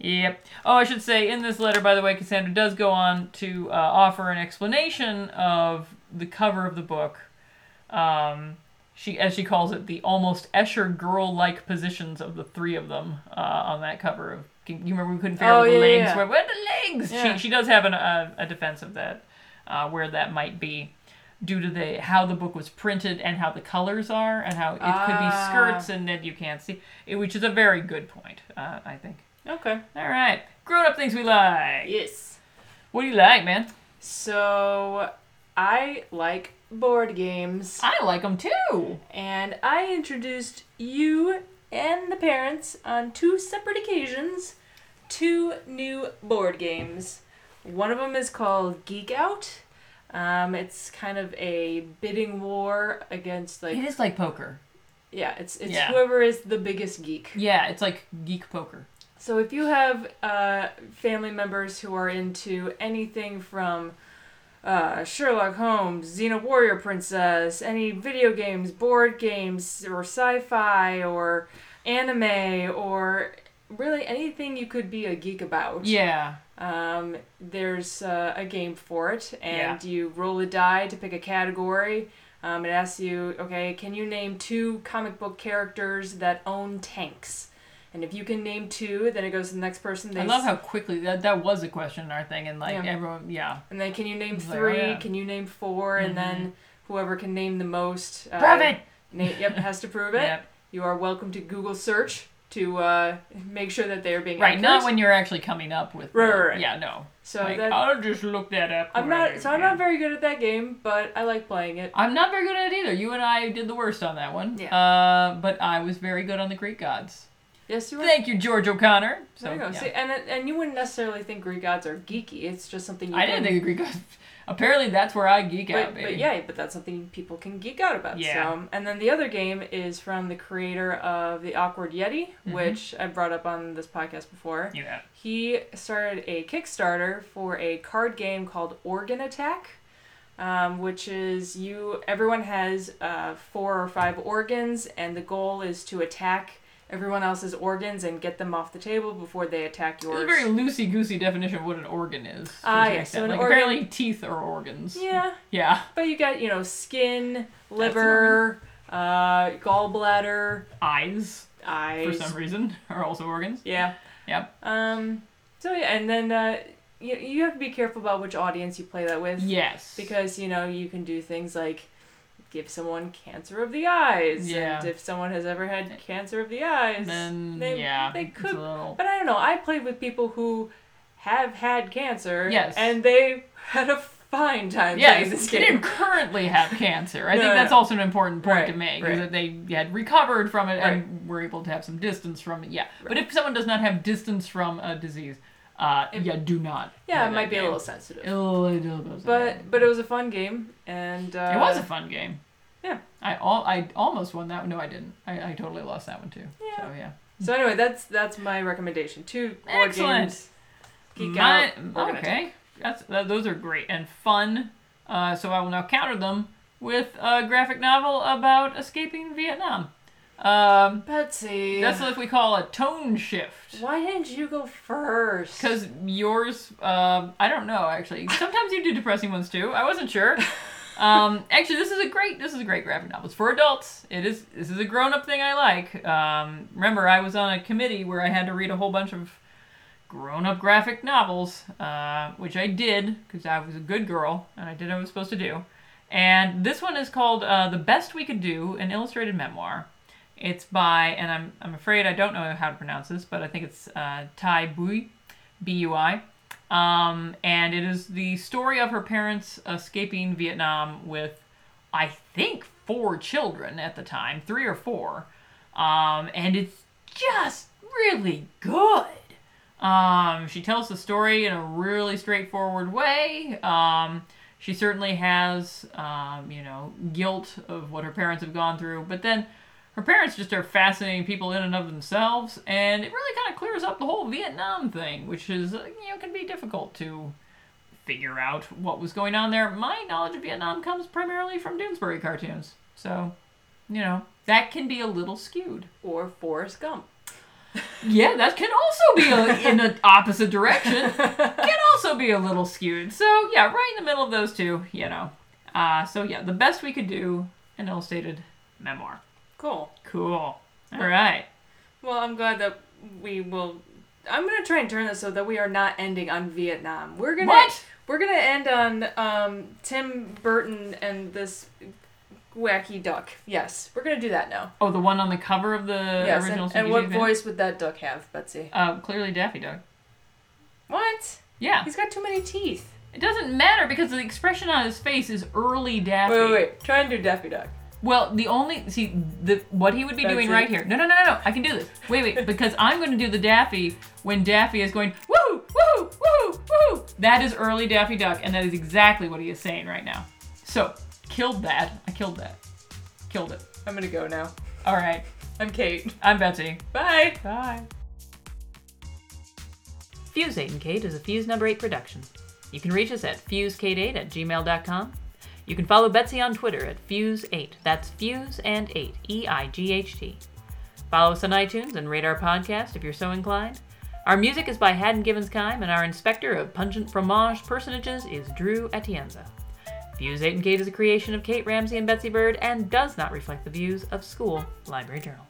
Yep. Oh, I should say in this letter, by the way, Cassandra does go on to uh, offer an explanation of the cover of the book. Um, she, as she calls it, the almost Escher girl-like positions of the three of them uh, on that cover of. You remember we couldn't figure
Oh,
out where the
yeah,
legs
yeah.
were. Where the legs?
Yeah.
She she does have an, a, a defense of that, uh, where that might be due to the how the book was printed and how the colors are and how it could be
Ah.
skirts and then you can't see, it, which is a very good point, uh, I think.
Okay.
All right, grown up things we like.
Yes.
What do you like, man?
So I like board games
I like them too.
and I introduced you and the parents on two separate occasions to new board games. One of them is called Geek Out. Um, it's kind of a bidding war against like
It is like poker.
Yeah, it's it's
Yeah.
whoever is the biggest geek.
Yeah, it's like geek poker.
So if you have uh, family members who are into anything from uh, Sherlock Holmes, Xena Warrior Princess, any video games, board games, or sci-fi, or anime, or really anything you could be a geek about.
Yeah.
Um, there's uh, a game for it, and you roll a die to pick a category. Um, it asks you, okay, can you name two comic book characters that own tanks? And if you can name two, then it goes to the next person. They
I love how quickly that that was a question in our thing, and like
Yeah.
everyone, yeah.
And then can you name
like, oh,
three?
yeah. Mm-hmm.
Can you name 4 And then whoever can name the most. Uh,
Prove it!
na- yep, has to prove it.
Yep.
You are welcome to Google search to uh, make sure that they are being
Right, not
accurate.
when you're actually coming up with.
Right, right, right.
Yeah, no.
So
Like, "Oh,
that-
I'll just look that up.
I'm not. So I'm not very good at that game, but I like playing it.
I'm not very good at it either. You and I did the worst on that one.
Yeah.
Uh, but I was very good on the Greek gods.
Yes, you are.
Thank you, George O'Connor. So,
there you go.
yeah.
See, and and you wouldn't necessarily think Greek gods are geeky. It's just something you
I
can,
didn't think the Greek gods. Apparently, that's where I geek
But,
out, baby.
but yeah, but that's something people can geek out about.
Yeah.
So, and then the other game is from the creator of the Awkward Yeti, which I brought up on this podcast before.
Mm-hmm. You know.
He started a Kickstarter for a card game called Organ Attack, um, which is you. Everyone has uh, four or five organs, and the goal is to attack everyone else's organs and get them off the table before they attack
It's
yours.
a very loosey goosey definition of what an organ is. to
Ah,
some
yeah,
extent.
so an
like,
organ-
apparently, teeth are organs.
yeah,
Yeah.
but you got you know skin, liver, uh, gallbladder,
Eyes, for
eyes.
some reason, are also organs.
Yeah.
Yep.
Um. So yeah, and then uh, you you have to be careful about which audience you play that with.
Yes.
because you know you can do things like give someone cancer of the eyes
Yeah.
and if someone has ever had cancer of the eyes
Then,
they,
yeah.
they
it's a
could
little-
but i don't know i played with people who have had cancer
Yes.
and they had a fine time playing
Yes,
this
they
game.
didn't currently have cancer. I
No,
think
no,
that's
no.
also an important point to
Right,
make
right.
is that they had recovered from it and were able to have some distance from it. Yeah, but if someone does not have distance from a disease, uh, yeah, do not.
Yeah,
play
it
that
might be a
game.
little sensitive.
A little bit.
But but it was a fun game, and uh,
it was a fun game.
yeah.
I all I almost won that. one. No, I didn't. I, I totally lost that one too.
Yeah.
So yeah.
So anyway, that's that's my recommendation. Two board
Excellent.
games. Geek
My-
out. We're gonna
okay. That's th- those are great and fun. Uh, so I will now counter them with a graphic novel about escaping Vietnam. Um,
Betsy.
That's what we call a tone shift.
Why didn't you go first?
Because yours, um, I don't know actually. Sometimes you do depressing ones too. I wasn't sure. Um, actually, this is a great this is a great graphic novel. It's for adults. It is this is a grown up thing I like. Um, remember, I was on a committee where I had to read a whole bunch of grown up graphic novels, uh, which I did because I was a good girl and I did what I was supposed to do. And this one is called uh, "The Best We Could Do: An Illustrated Memoir." It's by, and I'm, I'm afraid I don't know how to pronounce this, but I think it's uh, Tai Bui, B U I. Um, and it is the story of her parents escaping Vietnam with, I think, four children at the time, three or four. Um, and it's just really good. Um, she tells the story in a really straightforward way. Um, she certainly has, um, you know, guilt of what her parents have gone through, but then her parents just are fascinating people in and of themselves, and it really kind of clears up the whole Vietnam thing, which is, uh, you know, can be difficult to figure out what was going on there. My knowledge of Vietnam comes primarily from Doonesbury cartoons, so, you know, that can be a little skewed.
or Forrest Gump.
Yeah, that can also be a, in an opposite direction. Can also be a little skewed. So yeah, right in the middle of those two, you know. Uh, so yeah, the best we could do an ill-stated memoir.
Cool.
Cool. All right.
Well, I'm glad that we will. I'm gonna try and turn this so that we are not ending on Vietnam. We're gonna
What?
we're gonna end on um, Tim Burton and this wacky duck. Yes, we're gonna do that now.
Oh, the one on the cover of the
yes,
original.
and, and
CBGB
what
fan?
voice would that duck have, Betsy?
Uh, clearly Daffy Duck.
What?
Yeah.
He's got too many teeth.
It doesn't matter because the expression on his face is early Daffy.
Wait, wait, wait. Try and do Daffy Duck.
Well, the only see the what he would be
That's
doing
it.
right here. No, no, no, no, no. I can do this. Wait, wait, because I'm going to do the Daffy when Daffy is going woo, woo, woo, woo. That is early Daffy Duck, and that is exactly what he is saying right now. So killed that. I killed that. Killed it.
I'm gonna go now.
All right.
I'm Kate.
I'm Betsy.
Bye.
Bye. Fuse 8 and Kate is a Fuse number 8 production. You can reach us at fusekate8 at gmail.com. You can follow Betsy on Twitter at Fuse8. That's Fuse and 8, E I G H T. Follow us on iTunes and rate our podcast if you're so inclined. Our music is by Haddon Givens Kime, and our inspector of pungent fromage personages is Drew Atienza. Fuse 8 and Kate is a creation of Kate Ramsey and Betsy Bird and does not reflect the views of School Library Journal.